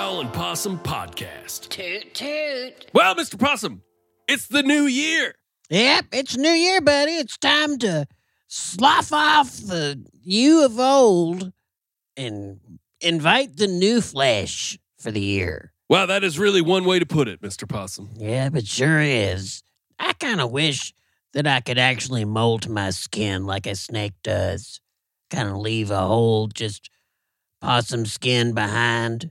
Possum Podcast. Toot toot. Well, Mr. Possum, it's the new year. Yep, it's New Year, buddy. It's time to slough off the you of old and invite the new flesh for the year. Wow, that is really one way to put it, Mr. Possum. Yeah, it sure is. I kind of wish that I could actually molt my skin like a snake does. Kind of leave a whole just possum skin behind.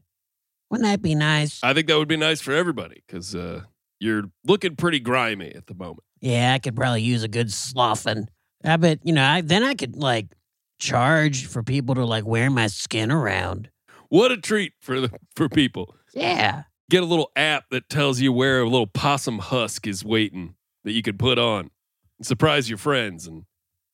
Wouldn't that be nice? I think that would be nice for everybody because uh, you're looking pretty grimy at the moment. Yeah, I could probably use a good sloughing. I bet you know. I then I could like charge for people to like wear my skin around. What a treat for the for people. Yeah, Get a little app that tells you where a little possum husk is waiting that you could put on. And surprise your friends and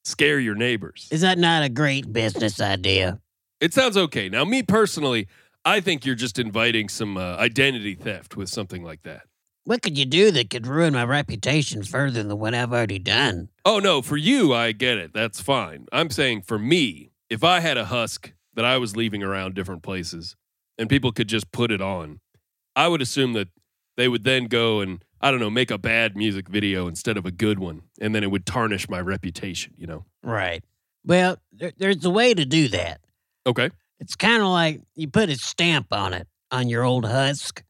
scare your neighbors. is that not a great business idea? It sounds okay. Now, me personally, I think you're just inviting some uh, identity theft with something like that. What could you do that could ruin my reputation further than what I've already done? Oh no, for you, I get it. That's fine. I'm saying for me, if I had a husk that I was leaving around different places and people could just put it on, I would assume that they would then go and I don't know, make a bad music video instead of a good one, and then it would tarnish my reputation, you know. Right. Well, there, there's a way to do that. Okay. It's kind of like you put a stamp on it on your old husk.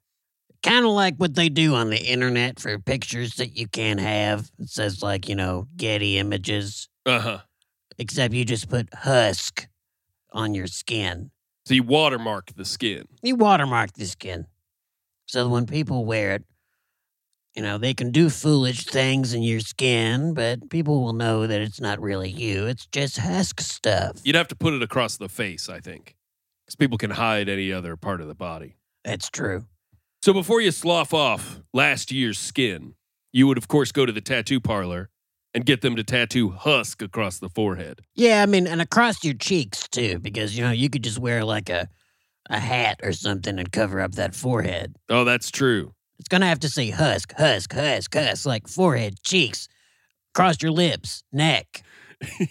Kind of like what they do on the internet for pictures that you can't have. It says like you know Getty Images. Uh-huh. except you just put husk on your skin. So you watermark the skin. You watermark the skin. So that when people wear it, you know, they can do foolish things in your skin, but people will know that it's not really you. It's just husk stuff. You'd have to put it across the face, I think. Because people can hide any other part of the body. That's true. So before you slough off last year's skin, you would of course go to the tattoo parlor and get them to tattoo husk across the forehead. Yeah, I mean, and across your cheeks too, because, you know, you could just wear like a, a hat or something and cover up that forehead. Oh, that's true. It's going to have to say husk, husk, husk, husk, like forehead, cheeks, across your lips, neck.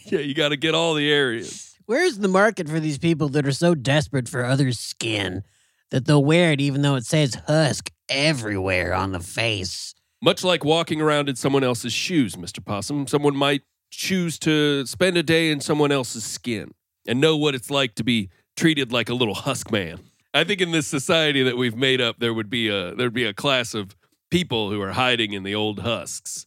yeah, you got to get all the areas. Where's the market for these people that are so desperate for other skin that they'll wear it even though it says husk everywhere on the face? Much like walking around in someone else's shoes, Mr. Possum, someone might choose to spend a day in someone else's skin and know what it's like to be treated like a little husk man. I think in this society that we've made up, there would be a there'd be a class of people who are hiding in the old husks.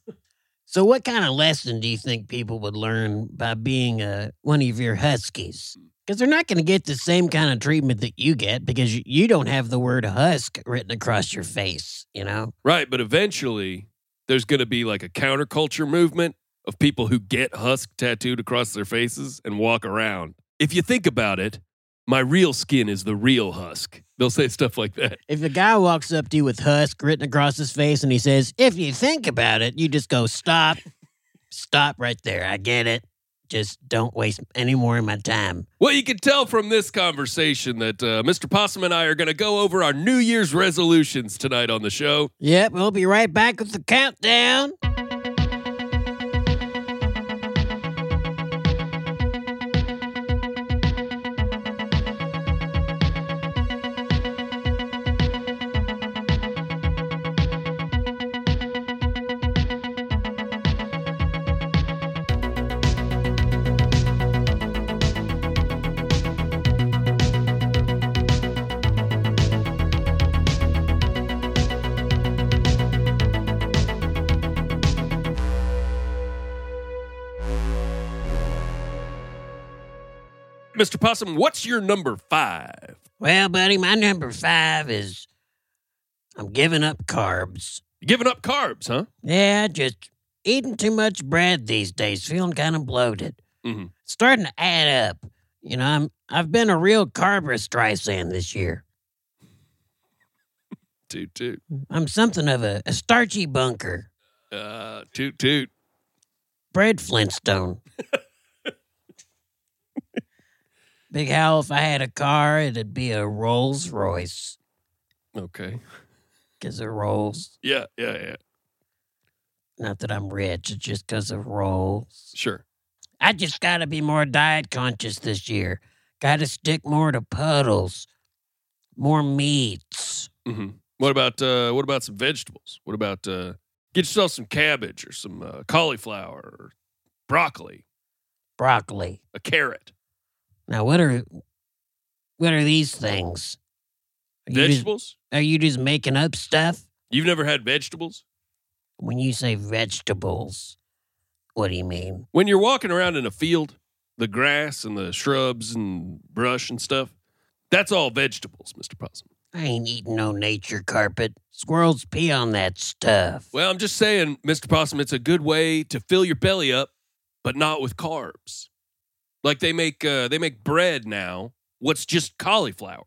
So, what kind of lesson do you think people would learn by being uh, one of your huskies? Because they're not going to get the same kind of treatment that you get because you- you don't have the word husk written across your face, you know? Right, but eventually there's going to be like a counterculture movement of people who get husk tattooed across their faces and walk around. If you think about it, my real skin is the real husk. They'll say stuff like that. If a guy walks up to you with husk written across his face and he says, if you think about it, you just go, stop, stop right there. I get it. Just don't waste any more of my time. Well, you can tell from this conversation that uh, Mr. Possum and I are going to go over our New Year's resolutions tonight on the show. Yep, we'll be right back with the countdown. Mr. Possum, what's your number five? Well, buddy, my number five is I'm giving up carbs. Giving up carbs, huh? Yeah, just eating too much bread these days, feeling kind of bloated. Mhm. Starting to add up. You know, I'm I've been a real carb Streisand this year. Toot toot. I'm something of a, a starchy bunker, Uh, toot toot. Brad Flintstone. Big Hal, if I had a car, it'd be a Rolls Royce. Okay. Because of Rolls. Yeah, yeah, yeah. Not that I'm rich, it's just because of Rolls. Sure. I just got to be more diet conscious this year. Got to stick more to puddles, more meats. hmm What about uh, what about some vegetables? What about uh, get yourself some cabbage or some uh, cauliflower or broccoli, Broccoli. a carrot, Now, what are what are these things? Are you, just, vegetables? are you just making up stuff? You've never had vegetables? When you say vegetables, what do you mean? When you're walking around in a field, the grass and the shrubs and brush and stuff, that's all vegetables, Mr. Possum. I ain't eating no nature carpet. Squirrels pee on that stuff. Well, I'm just saying, Mr. Possum, it's a good way to fill your belly up, but not with carbs. Like they make uh, they make bread now. What's just cauliflower?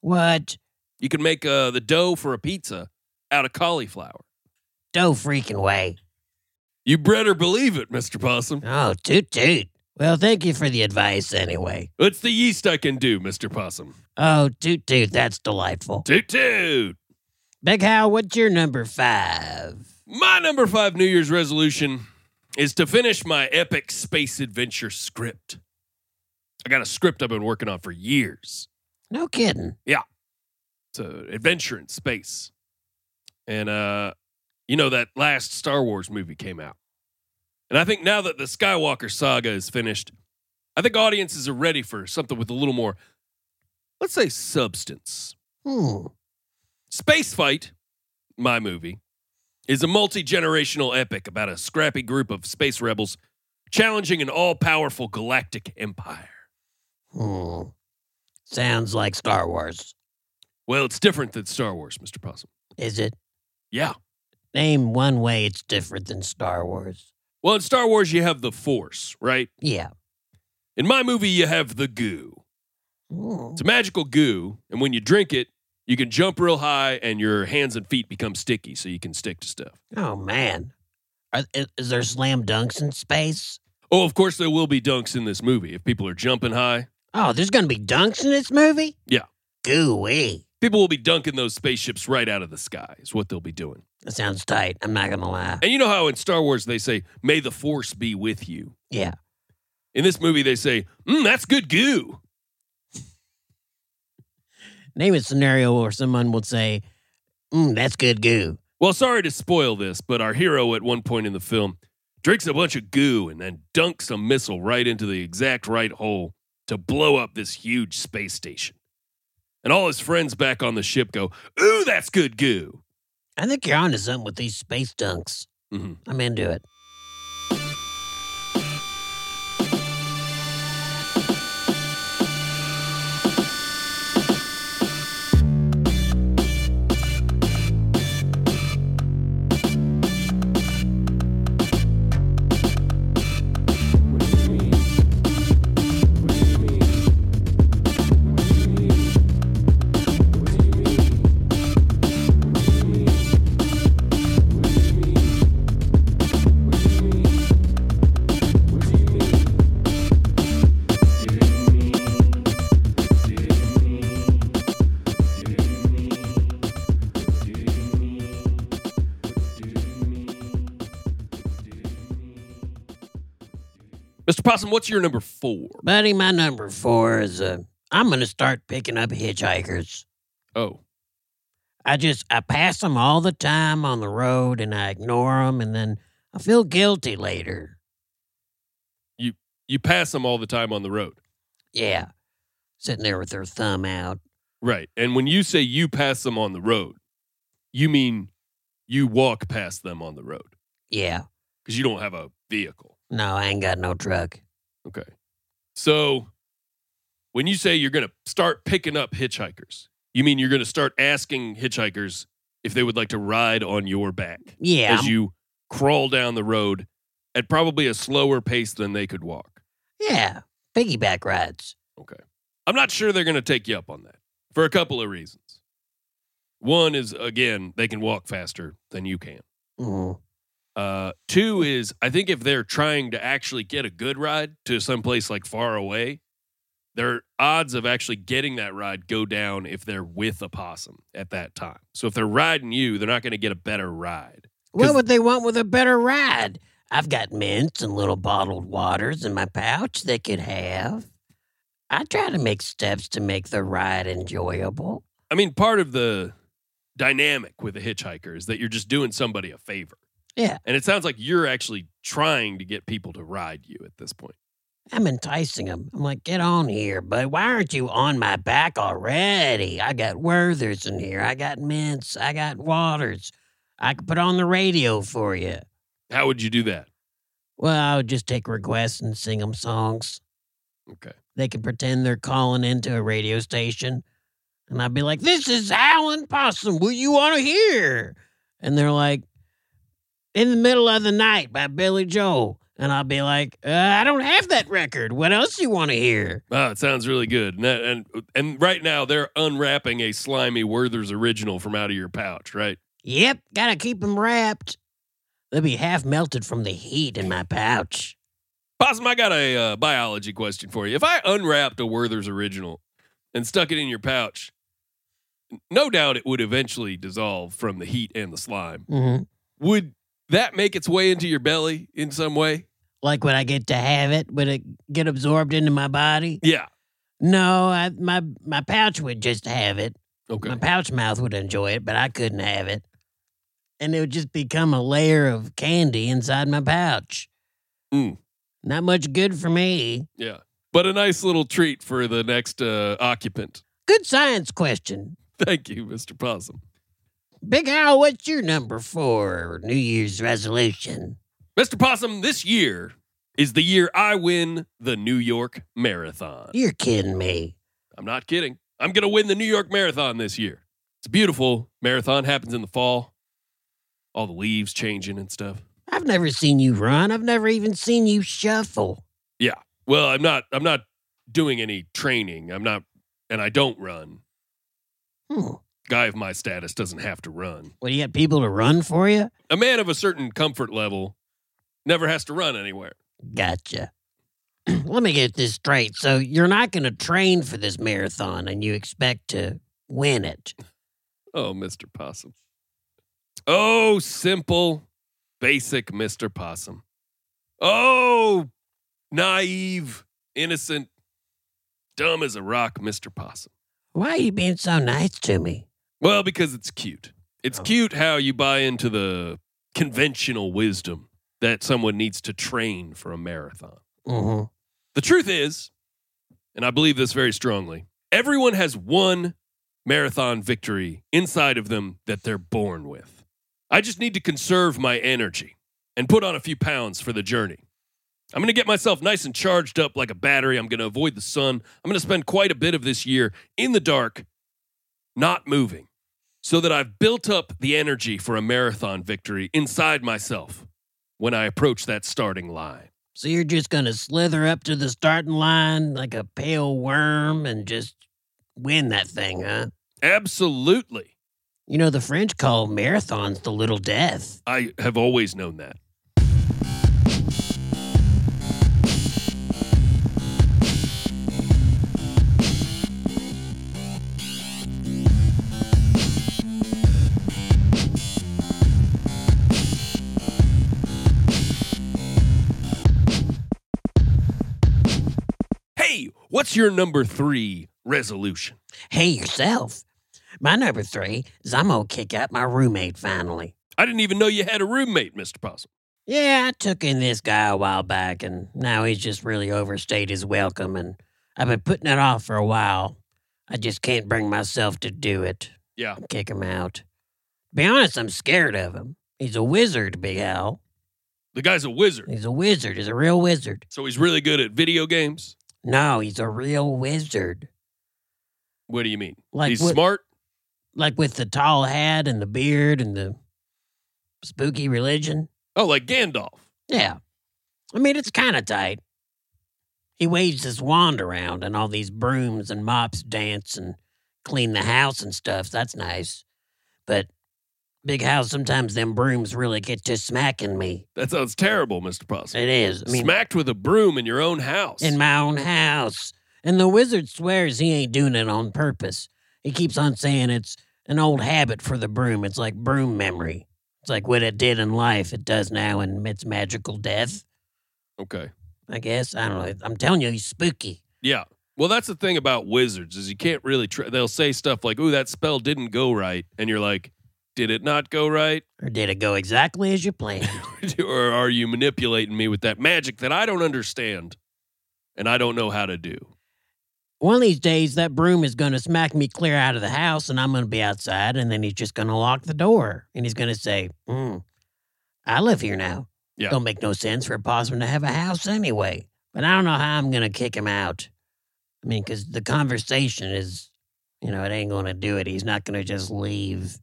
What? You can make uh, the dough for a pizza out of cauliflower. No freaking way. You better believe it, Mr. Possum. Oh, toot toot. Well, thank you for the advice anyway. It's the yeast I can do, Mr. Possum. Oh, toot toot, that's delightful. Toot toot. Big Hal, what's your number five? My number five New Year's resolution is to finish my epic space adventure script. I got a script I've been working on for years. No kidding. It's an adventure in space. And, uh, you know, that last Star Wars movie came out. And I think now that the Skywalker saga is finished, I think audiences are ready for something with a little more, let's say, substance. Hmm. Space Fight, my movie, is a multi generational epic about a scrappy group of space rebels challenging an all powerful galactic empire. Hmm. Sounds like Star Wars. Well, it's different than Star Wars, Mr. Possum. Is it? Yeah. Name one way it's different than Star Wars. Well, in Star Wars, you have the Force, right? Yeah. In my movie, you have the goo. Hmm. It's a magical goo, and when you drink it, you can jump real high and your hands and feet become sticky so you can stick to stuff. Oh man, Are, i- is there slam dunks in space? Oh, of course, there will be dunks in this movie if people are jumping high. Oh, there's gonna be dunks in this movie. Yeah. Gooey. People will be dunking those spaceships right out of the sky, is what they'll be doing. That sounds tight. I'm not gonna lie. And you know how in Star Wars they say, "May the Force be with you." Yeah. In this movie, they say, mm, "That's good goo." Name a scenario where someone would say, mm, "That's good goo." Well, sorry to spoil this, but our hero at one point in the film drinks a bunch of goo and then dunks a missile right into the exact right hole to blow up this huge space station. And all his friends back on the ship go, "Ooh, that's good goo." I think you're onto something with these space dunks. hmm I'm into it. Mr. Possum, what's your number four? Buddy, my number four is uh, I'm gonna start picking up hitchhikers. Oh, I just I pass them all the time on the road and I ignore them and then I feel guilty later. you pass them all the time on the road, Yeah. Um, Sitting there with their thumb out. right? And when you say you pass them on the road, you mean you walk past them on the road. Yeah. because you don't have a vehicle. No, I ain't got no truck. Okay. So when you say you're going to start picking up hitchhikers, you mean you're going to start asking hitchhikers if they would like to ride on your back Yeah. as I'm- you crawl down the road at probably a slower pace than they could walk. yeah. Piggyback rides. I'm not sure they're going to take you up on that for a couple of reasons. One is, again, they can walk faster than you can. Mm. Uh, two is I think if they're trying to actually get a good ride to someplace like far away, their odds of actually getting that ride go down if they're with a possum at that time. So if they're riding you, they're not going to get a better ride. What would they want with a better ride? I've got mints and little bottled waters in my pouch they could have. I try to make steps to make the ride enjoyable. I mean, part of the dynamic with a hitchhiker is that you're just doing somebody a favor. Yeah. And it sounds like you're actually trying to get people to ride you at this point. I'm enticing him. I'm like, get on here, but why aren't you on my back already? I got Werthers in here. I got Mints. I got Waters. I could put on the radio for you. How would you do that? Well, I would just take requests and sing them songs. Okay. They could pretend they're calling into a radio station. And I'd be like, this is Alan Possum. What you want to hear? And they're like, In the Middle of the Night by Billy Joel. And I'll be like, uh, I don't have that record. What else you want to hear? Wow, Ah, it sounds really good. And that, and and right now they're unwrapping a slimy Werther's original from out of your pouch, right? Yep, gotta keep them wrapped. They'll be half melted from the heat in my pouch. Possum, I got a uh, biology question for you. If I unwrapped a Werther's original and stuck it in your pouch, no doubt it would eventually dissolve from the heat and the slime. Mm-hmm. Would that make its way into your belly in some way? Like when I get to have it, would it get absorbed into my body? Yeah. No, I, my my pouch would just have it. Okay. My pouch mouth would enjoy it, but I couldn't have it. And it would just become a layer of candy inside my pouch. Mm. Not much good for me. Yeah. But a nice little treat for the next uh, occupant. Good science question. Thank you, Mr. Possum. Big Al, what's your number for New Year's resolution? Mr. Possum, this year is the year I win the New York Marathon. You're kidding me. I'm not kidding. I'm going to win the New York Marathon this year. It's beautiful. Marathon happens in the fall. All the leaves changing and stuff. I've never seen you run. I've never even seen you shuffle. Well, I'm not I'm not doing any training. I'm not and I don't run. Hmm. Guy of my status doesn't have to run. What, you got people to run for you? A man of a certain comfort level never has to run anywhere. Gotcha. Let me get this straight. So you're not going to train for this marathon and you expect to win it. Oh, Mr. Possum. Oh, simple, basic Mr. Possum. Oh, naive, innocent, dumb as a rock Mr. Possum. Why are you being so nice to me? Well, because it's cute. It's Oh. cute how you buy into the conventional wisdom that someone needs to train for a marathon. Mm-hmm. The truth is, and I believe this very strongly, everyone has one marathon victory inside of them that they're born with. I just need to conserve my energy and put on a few pounds for the journey. I'm going to get myself nice and charged up like a battery. I'm going to avoid the sun. I'm going to spend quite a bit of this year in the dark, not moving, so that I've built up the energy for a marathon victory inside myself when I approach that starting line. So you're just going to slither up to the starting line like a pale worm and just win that thing, huh? Absolutely. You know, the French call marathons the little death. I have always known that. Hey, What's your number three resolution? Hey, yourself. My number three is I'm going to kick out my roommate finally. I didn't even know you had a roommate, Mr. Possum. Yeah, I took in this guy a while back, and now he's just really overstayed his welcome, and I've been putting it off for a while. I just can't bring myself to do it. Yeah. Kick him out. Be honest, I'm scared of him. He's a wizard, Big Al. The guy's a wizard. He's a wizard. He's a real wizard. So he's really good at video games. No, he's a real wizard. What do you mean? Like he's what- smart. Like with the tall hat and the beard and the spooky religion. Oh, like Gandalf. Yeah. I mean, it's kind of tight. He waves his wand around, and all these brooms and mops dance and clean the house and stuff. That's nice. But big house, sometimes them brooms really get to smacking me. That sounds terrible, Mr. Possum. It is. I mean, Smacked with a broom in your own house. in my own house. And the wizard swears he ain't doing it on purpose. He keeps on saying it's an old habit for the broom. It's like broom memory. It's like what it did in life, it does now in its magical death. okay. I guess. I don't know. I'm telling you, he's spooky. Yeah. Well, that's the thing about wizards is you can't really. Tra- they'll say stuff like, "Ooh, that spell didn't go right," and you're like, "Did it not go right? Or did it go exactly as you planned? or are you manipulating me with that magic that I don't understand and I don't know how to do?" One of these days, that broom is going to smack me clear out of the house, and I'm going to be outside, and then he's just going to lock the door, and he's going to say, Hmm, I live here now. Yeah. Don't make no sense for a possum to have a house anyway. But I don't know how I'm going to kick him out. I mean, because the conversation is, you know, it ain't going to do it. He's not going to just leave.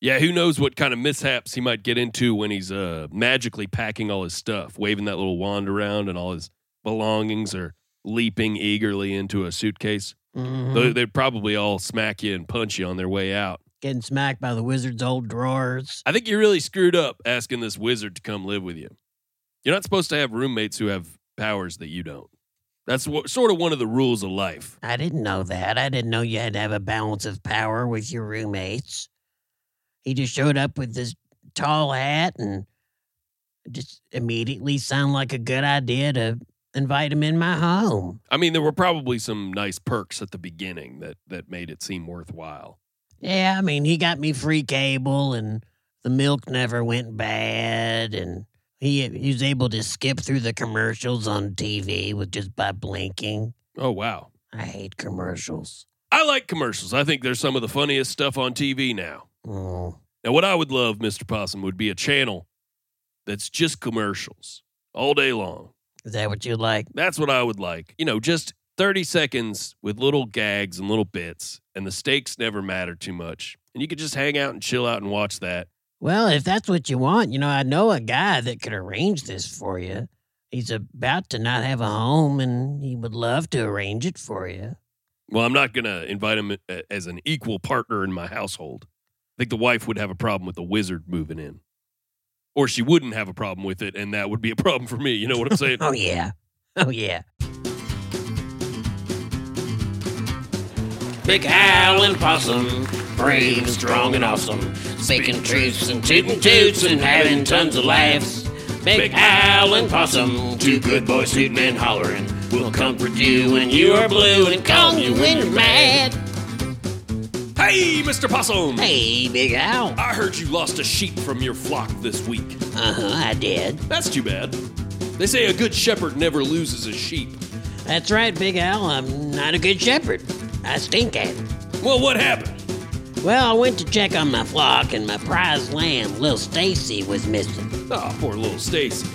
Yeah, who knows what kind of mishaps he might get into when he's uh, magically packing all his stuff, waving that little wand around, and all his belongings are leaping eagerly into a suitcase. Mhm. Though They'd probably all smack you and punch you on their way out. Getting smacked by the wizard's old drawers. I think you really screwed up asking this wizard to come live with you. You're not supposed to have roommates who have powers that you don't. That's what, sort of one of the rules of life. I didn't know that. I didn't know you had to have a balance of power with your roommates. He just showed up with this tall hat and just immediately sounded like a good idea to invite him in my home. I mean, there were probably some nice perks at the beginning that that made it seem worthwhile. Yeah, I mean, he got me free cable and the milk never went bad and he, he was able to skip through the commercials on TV with just by blinking. Oh wow. I hate commercials. I like commercials. I think they're some of the funniest stuff on TV now. Mm. Now, what I would love, Mr. Possum, would be a channel that's just commercials all day long. Is that what you like? That's what I would like. You know, just 30 seconds with little gags and little bits, and the stakes never matter too much. And you could just hang out and chill out and watch that. Well, if that's what you want, you know, I know a guy that could arrange this for you. He's about to not have a home and he would love to arrange it for you. Well, I'm not going to invite him a- as an equal partner in my household. I think the wife would have a problem with the wizard moving in. Or she wouldn't have a problem with it, and that would be a problem for me. You know what I'm saying? Oh, yeah. Oh, yeah. Big howling possum, brave, strong, and awesome. Speaking truths and tootin' toots and having tons of laughs. Big howling possum, two good boys hootin' and hollering. We'll comfort you when you are blue and calm you when you're mad. Hey, Mr. Possum! Hey, Big Al. I heard you lost a sheep from your flock this week. Uh huh, I did. That's too bad. They say a good shepherd never loses a sheep. That's right, Big Al. I'm not a good shepherd. I stink at it. Well, what happened? Well, I went to check on my flock, and my prize lamb, Lil Stacy, was missing. Oh, poor little Stacy.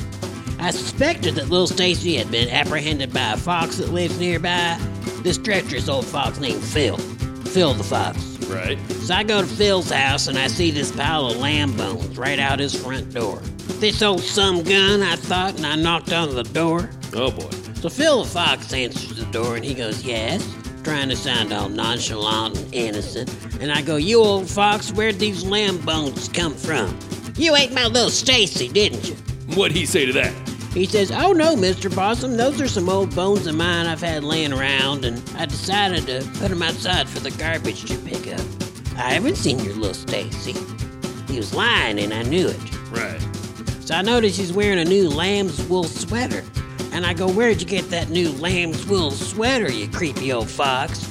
I suspected that Lil Stacy had been apprehended by a fox that lives nearby. This treacherous old fox named Phil. Phil the fox. Right? So I go to Phil's house and I see this pile of lamb bones right out his front door. This old some gun, I thought, and I knocked on the door. Oh boy. So Phil the Fox answers the door and he goes, Yes, trying to sound all nonchalant and innocent. And I go, You old fox, where'd these lamb bones come from? You ate my little Stacy, didn't you? What'd he say to that? He says, Oh no, Mr. Possum, those are some old bones of mine I've had laying around, and I decided to put them outside for the garbage to pick up. I haven't seen your little Stacy. He was lying, and I knew it. Right. So I notice he's wearing a new lamb's wool sweater. And I go, Where'd you get that new lamb's wool sweater, you creepy old fox?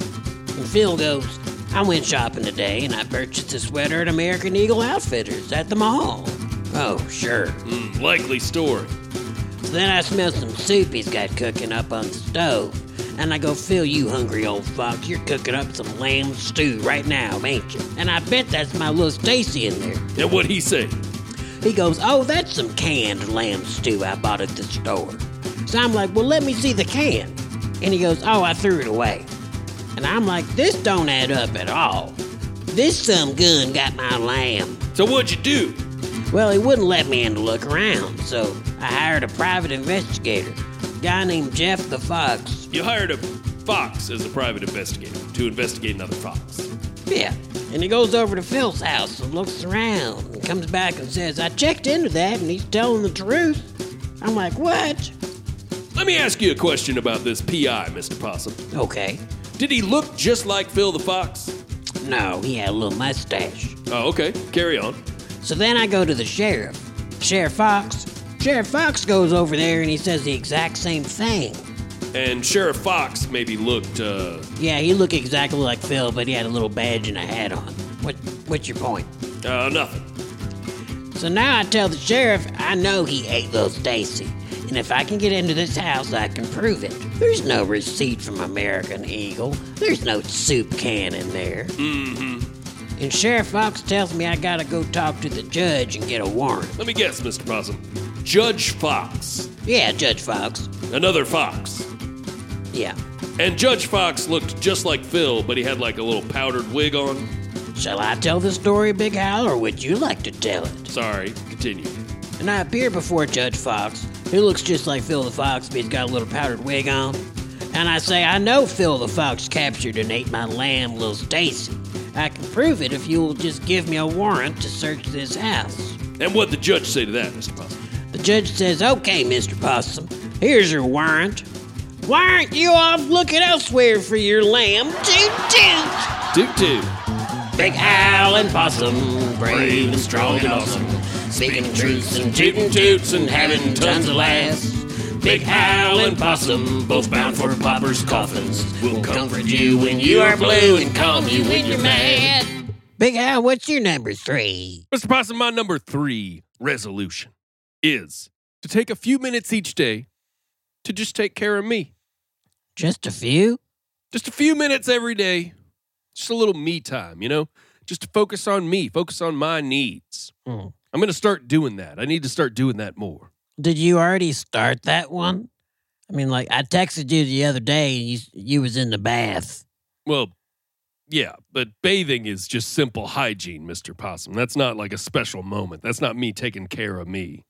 And Phil goes, I went shopping today and I purchased a sweater at American Eagle Outfitters at the mall. Oh, sure. Mm, likely story. So then I smell some soup he's got cooking up on the stove. And I go, Phil, you hungry old fox, you're cooking up some lamb stew right now, ain't you? And I bet that's my little Stacy in there. And what'd he say? He goes, Oh, that's some canned lamb stew I bought at the store. So I'm like, Well, let me see the can. And he goes, Oh, I threw it away. And I'm like, This don't add up at all. This some gun got my lamb. So what'd you do? Well, he wouldn't let me in to look around, so I hired a private investigator, a guy named Jeff the Fox. You hired a fox as a private investigator to investigate another fox. Yeah. And he goes over to Phil's house and looks around and comes back and says, I checked into that and he's telling the truth. I'm like, What? Let me ask you a question about this PI, Mr. Possum. Okay. Did he look just like Phil the Fox? No, he had a little mustache. Oh, okay. Carry on. So then I go to the sheriff. Sheriff Fox. Sheriff Fox goes over there and he says the exact same thing. and Sheriff Fox maybe looked. Uh, Yeah, he looked exactly like Phil, but he had a little badge and a hat on. What, what's your point? uh, nothing. So now I tell the sheriff I know he ate little Stacy. And if I can get into this house, I can prove it. There's no receipt from American Eagle. There's no soup can in there. Mm-hmm. And Sheriff Fox tells me I gotta go talk to the judge and get a warrant. Let me guess, Mr. Possum. Judge Fox. Yeah, Judge Fox. Another Fox. Yeah. And Judge Fox looked just like Phil, but he had like a little powdered wig on. Shall I tell the story, Big Hal, or would you like to tell it? Sorry, continue. And I appear before Judge Fox, who looks just like Phil the Fox, but he's got a little powdered wig on. And I say, I know Phil the Fox captured and ate my lamb, little Stacy. I can prove it if you will just give me a warrant to search this house. And what'd the judge say to that, Mr. Possum? The judge says, Okay, Mr. Possum, here's your warrant. Why aren't you off looking elsewhere for your lamb? Toot toot! Toot toot. Big Al and Possum, brave and strong and awesome, speaking truths and tooting toots and having tons of laughs. Big Al and Possum, both bound for paupers' coffins, will comfort you when you are blue and calm you when you're mad. Big Al, what's your number three? Mr. Possum, my number three resolution is to take a few minutes each day to just take care of me. Just a few? Just a few minutes every day. Just a little me time, you know? Just to focus on me, focus on my needs. Hmm. I'm going to start doing that. I need to start doing that more. Did you already start that one? I mean, like I texted you the other day, and you you was in the bath. Well, yeah, but bathing is just simple hygiene, Mr. Possum. That's not like a special moment. That's not me taking care of me.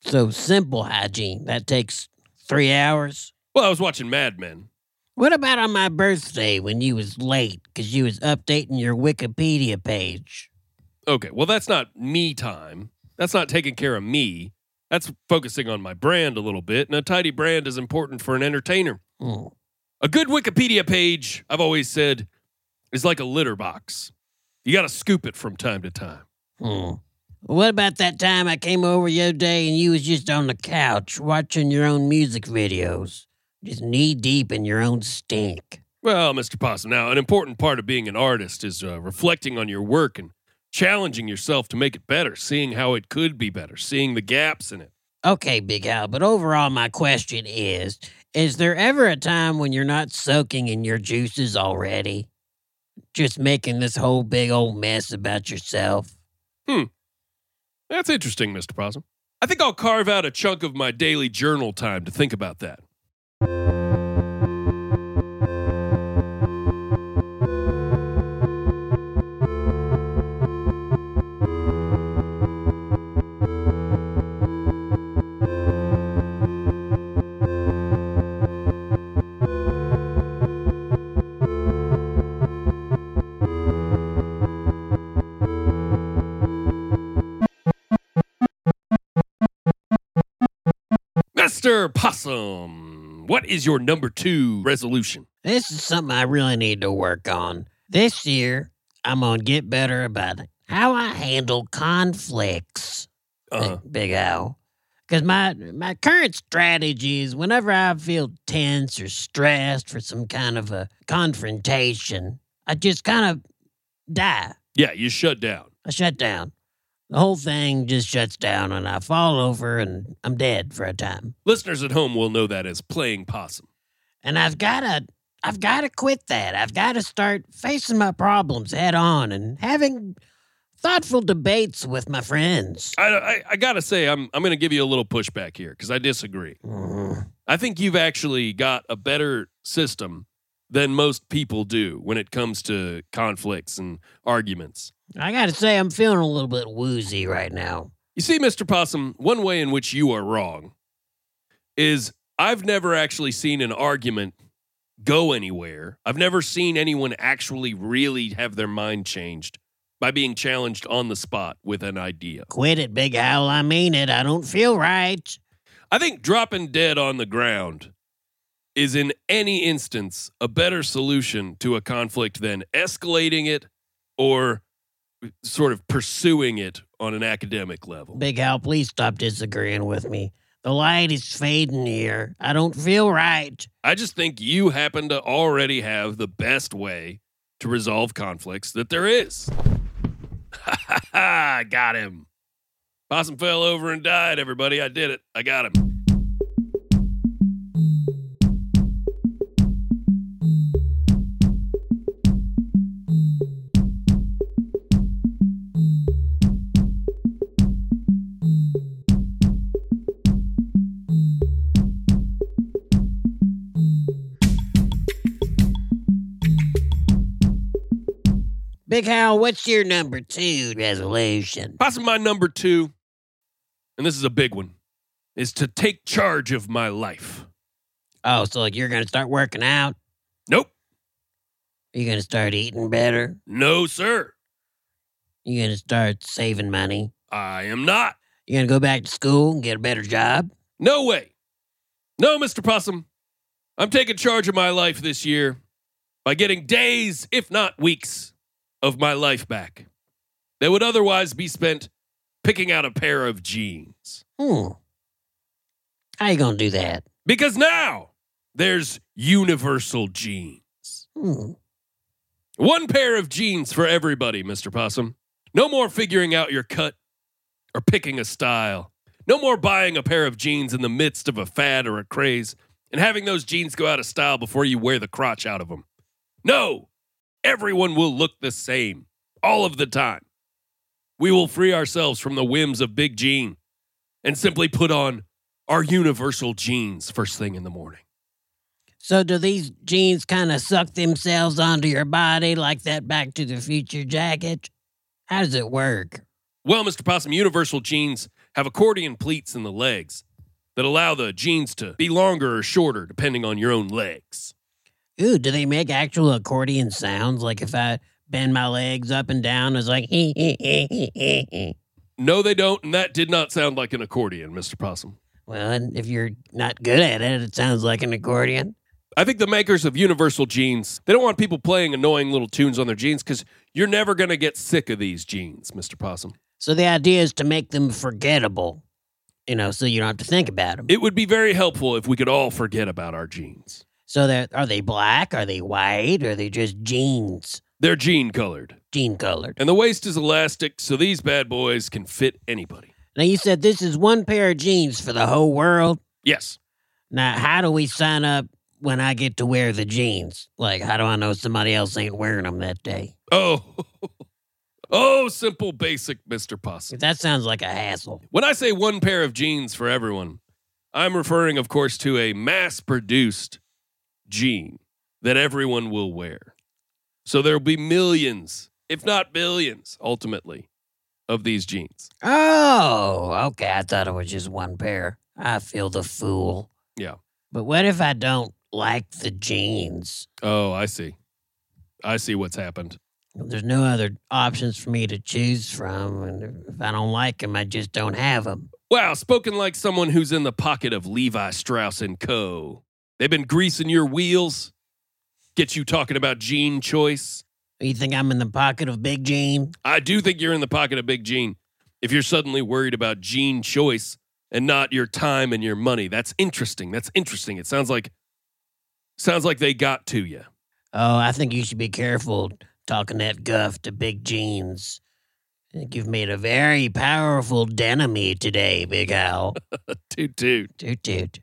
So simple hygiene that takes three hours. Well, I was watching Mad Men. What about on my birthday when you was late because you was updating your Wikipedia page? Okay, well, that's not me time. That's not taking care of me. That's focusing on my brand a little bit. And a tidy brand is important for an entertainer. Hmm. A good Wikipedia page, I've always said, is like a litter box. You got to scoop it from time to time. Hmm. What about that time I came over the other day and you was just on the couch watching your own music videos, just knee deep in your own stink? Well, Mr. Possum, now an important part of being an artist is uh, reflecting on your work and challenging yourself to make it better, seeing how it could be better, seeing the gaps in it. Okay, Big Al, but overall, my question is Is there ever a time when you're not soaking in your juices already? Just making this whole big old mess about yourself? That's interesting, Mr. Possum. I think I'll carve out a chunk of my daily journal time to think about that. Mr. Possum, what is your number two resolution? This is something I really need to work on. This year, I'm going to get better about it. How I handle conflicts, Uh, Big- Big Al. Because my, my current strategy is whenever I feel tense or stressed for some kind of a confrontation, I just kind of die. yeah, you shut down. I shut down. The whole thing just shuts down and I fall over and I'm dead for a time. Listeners at home will know that as playing possum. and I've gotta I've gotta quit that. I've gotta start facing my problems head on and having thoughtful debates with my friends. I, I, I gotta say, I'm, I'm gonna give you a little pushback here because I disagree. Mm, I think you've actually got a better system than most people do when it comes to conflicts and arguments. I gotta say I'm feeling a little bit woozy right now. You see, Mr. Possum, one way in which you are wrong is I've never actually seen an argument go anywhere. I've never seen anyone actually really have their mind changed by being challenged on the spot with an idea. Quit it, Big Owl. I mean it. I don't feel right. I think dropping dead on the ground is in any instance a better solution to a conflict than escalating it or sort of pursuing it on an academic level. Big Owl, please stop disagreeing with me. The The light is fading here. I don't feel right. I just think you happen to already have the best way to resolve conflicts that there is. Ha ha ha! Got him. Possum fell over and died, everybody. I did it. I got him. Big Hal, what's your number two resolution? Possum, my number two, and this is a big one, is to take charge of my life. Oh, so like you're gonna start working out? Nope. You're gonna start eating better? No, sir. You're gonna start saving money? I am not. You're gonna go back to school and get a better job? No way. No, Mr. Possum. I'm taking charge of my life this year by getting days, if not weeks, of my life back that would otherwise be spent picking out a pair of jeans. Hmm. How you gonna do that? Because now there's universal jeans. Hmm. One pair of jeans for everybody, Mr. Possum. No more figuring out your cut or picking a style. No more buying a pair of jeans in the midst of a fad or a craze and having those jeans go out of style before you wear the crotch out of them. No, everyone will look the same all of the time. We will free ourselves from the whims of Big Jean and simply put on our universal jeans first thing in the morning. So do these jeans kind of suck themselves onto your body like that Back to the Future jacket? How does it work? Well, Mr. Possum, universal jeans have accordion pleats in the legs that allow the jeans to be longer or shorter depending on your own legs. Ooh, do they make actual accordion sounds? Like if I bend my legs up and down, it's like hee hee hee hee hee hee. No, they don't, and that did not sound like an accordion, Mr. Possum. Well, and if you're not good at it, it sounds like an accordion. I think the makers of universal jeans, they don't want people playing annoying little tunes on their jeans because you're never going to get sick of these jeans, Mr. Possum. So the idea is to make them forgettable, you know, so you don't have to think about them. It would be very helpful if we could all forget about our jeans. So they're, are they black? Are they white? Are they just jeans? They're jean colored, Jean colored. and the waist is elastic, so these bad boys can fit anybody. Now you said this is one pair of jeans for the whole world. Yes. Now, how do we sign up when I get to wear the jeans? Like, how do I know somebody else ain't wearing them that day? Oh. Oh, simple, basic, Mr. Possum. That sounds like a hassle. When I say one pair of jeans for everyone, I'm referring, of course, to a mass produced jean that everyone will wear. So there'll be millions, if not billions, ultimately, of these jeans. Oh, okay. I thought it was just one pair. I feel the fool. Yeah. But what if I don't like the jeans? Oh, I see. I see what's happened. There's no other options for me to choose from. And if I don't like them, I just don't have them. Wow, spoken like someone who's in the pocket of Levi Strauss and Co. They've been greasing your wheels, get you talking about jean choice. You think I'm in the pocket of Big Jean? I do think you're in the pocket of Big Gene. If you're suddenly worried about Gene choice and not your time and your money, that's interesting. That's interesting. It sounds like sounds like they got to you. Oh, I think you should be careful talking that guff to Big Jeans. I think you've made a very powerful enemy today, Big Al. Toot toot. toot toot.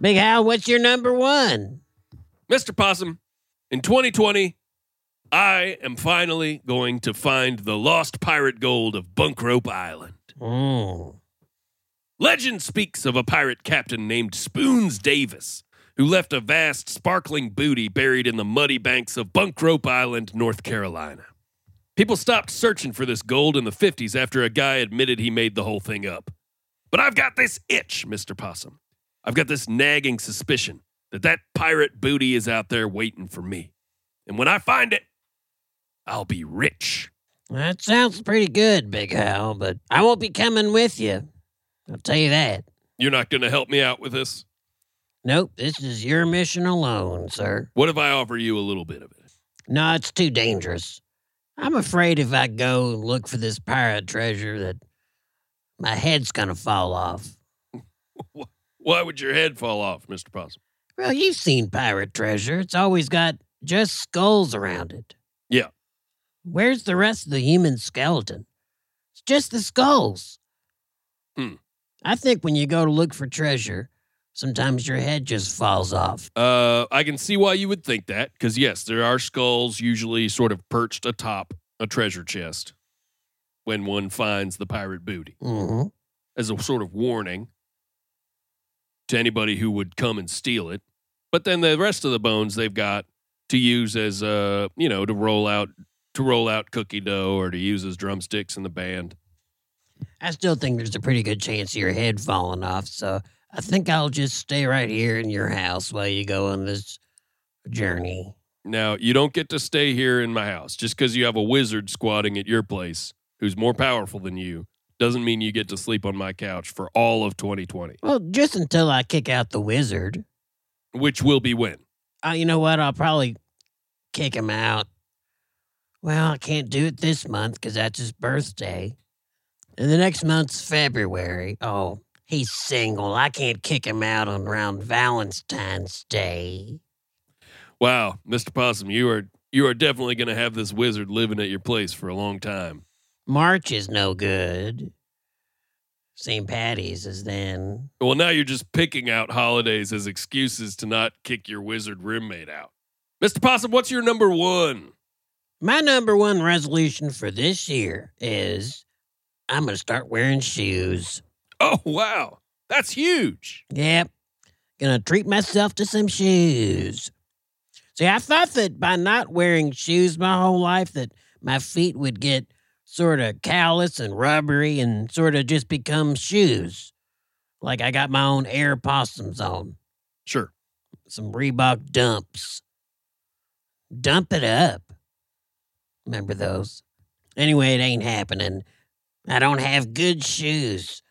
Big Al, what's your number one? Mr. Possum, in 2020, I am finally going to find the lost pirate gold of Bunkrope Island. Mm. Legend speaks of a pirate captain named Spoons Davis, who left a vast, sparkling booty buried in the muddy banks of Bunkrope Island, North Carolina. People stopped searching for this gold in the 50s after a guy admitted he made the whole thing up. But I've got this itch, Mr. Possum. I've got this nagging suspicion that that pirate booty is out there waiting for me. And when I find it, I'll be rich. That sounds pretty good, Big Hal, but I won't be coming with you. I'll tell you that. You're not going to help me out with this? Nope, this is your mission alone, sir. What if I offer you a little bit of it? No, it's too dangerous. I'm afraid if I go and look for this pirate treasure that my head's gonna fall off. Why would your head fall off, Mr. Possum? Well, you've seen pirate treasure. It's always got just skulls around it. Yeah. Where's the rest of the human skeleton? It's just the skulls. Hmm. I think when you go to look for treasure, sometimes your head just falls off. Uh, I can see why you would think that, because yes, there are skulls usually sort of perched atop a treasure chest when one finds the pirate booty. hmm as a sort of warning to anybody who would come and steal it. But then the rest of the bones they've got to use as uh, you know, to roll out to roll out cookie dough or to use as drumsticks in the band. I still think there's a pretty good chance of your head falling off, so I think I'll just stay right here in your house while you go on this journey. Now, you don't get to stay here in my house. Just because you have a wizard squatting at your place who's more powerful than you doesn't mean you get to sleep on my couch for all of 2020, Well, just until I kick out the wizard. which will be when. Uh, you know what? I'll probably kick him out. Well, I can't do it this month because that's his birthday. And the next month's February. Oh, he's single. I can't kick him out on around Valentine's Day. Wow, Mr. Possum, you are you are definitely going to have this wizard living at your place for a long time. March is no good. St. Patty's is then. Well, now you're just picking out holidays as excuses to not kick your wizard roommate out. Mr. Possum, what's your number one? My number one resolution for this year is I'm going to start wearing shoes. Oh, wow. That's huge. Yep. Gonna treat myself to some shoes. See, I thought that by not wearing shoes my whole life that my feet would get sort of callous and rubbery and sort of just become shoes. Like I got my own air possums on, Sure. some Reebok dumps. Dump it up. Remember those? Anyway, it ain't happening. I don't have good shoes.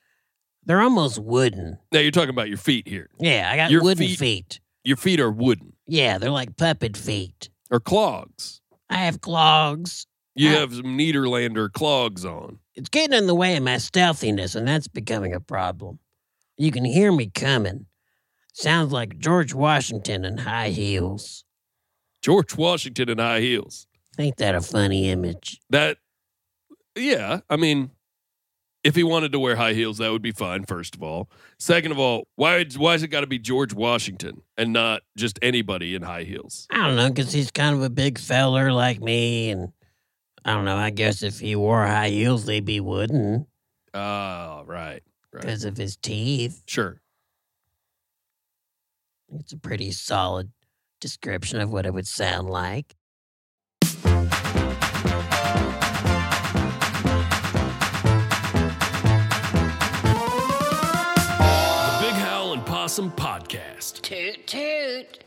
They're almost wooden. Now you're talking about your feet here. Yeah, I got Your wooden feet- feet. Your feet are wooden Yeah, they're like puppet feet. or clogs. I have clogs. You Ah. have some Niederlander clogs on. It's getting in the way of my stealthiness, and that's becoming a problem. You can hear me coming. Sounds like George Washington in high heels. George Washington in high heels. Ain't that a funny image? That, yeah, I mean, if he wanted to wear high heels, that would be fine, first of all. Second of all, why, why's it got to be George Washington and not just anybody in high heels? I don't know, 'cause he's kind of a big feller like me, and I don't know. I guess if he wore high heels, they'd be wooden Oh, right. Right. because of his teeth. Sure. It's a pretty solid description of what it would sound like. The Big Howl and Possum Podcast. Toot toot.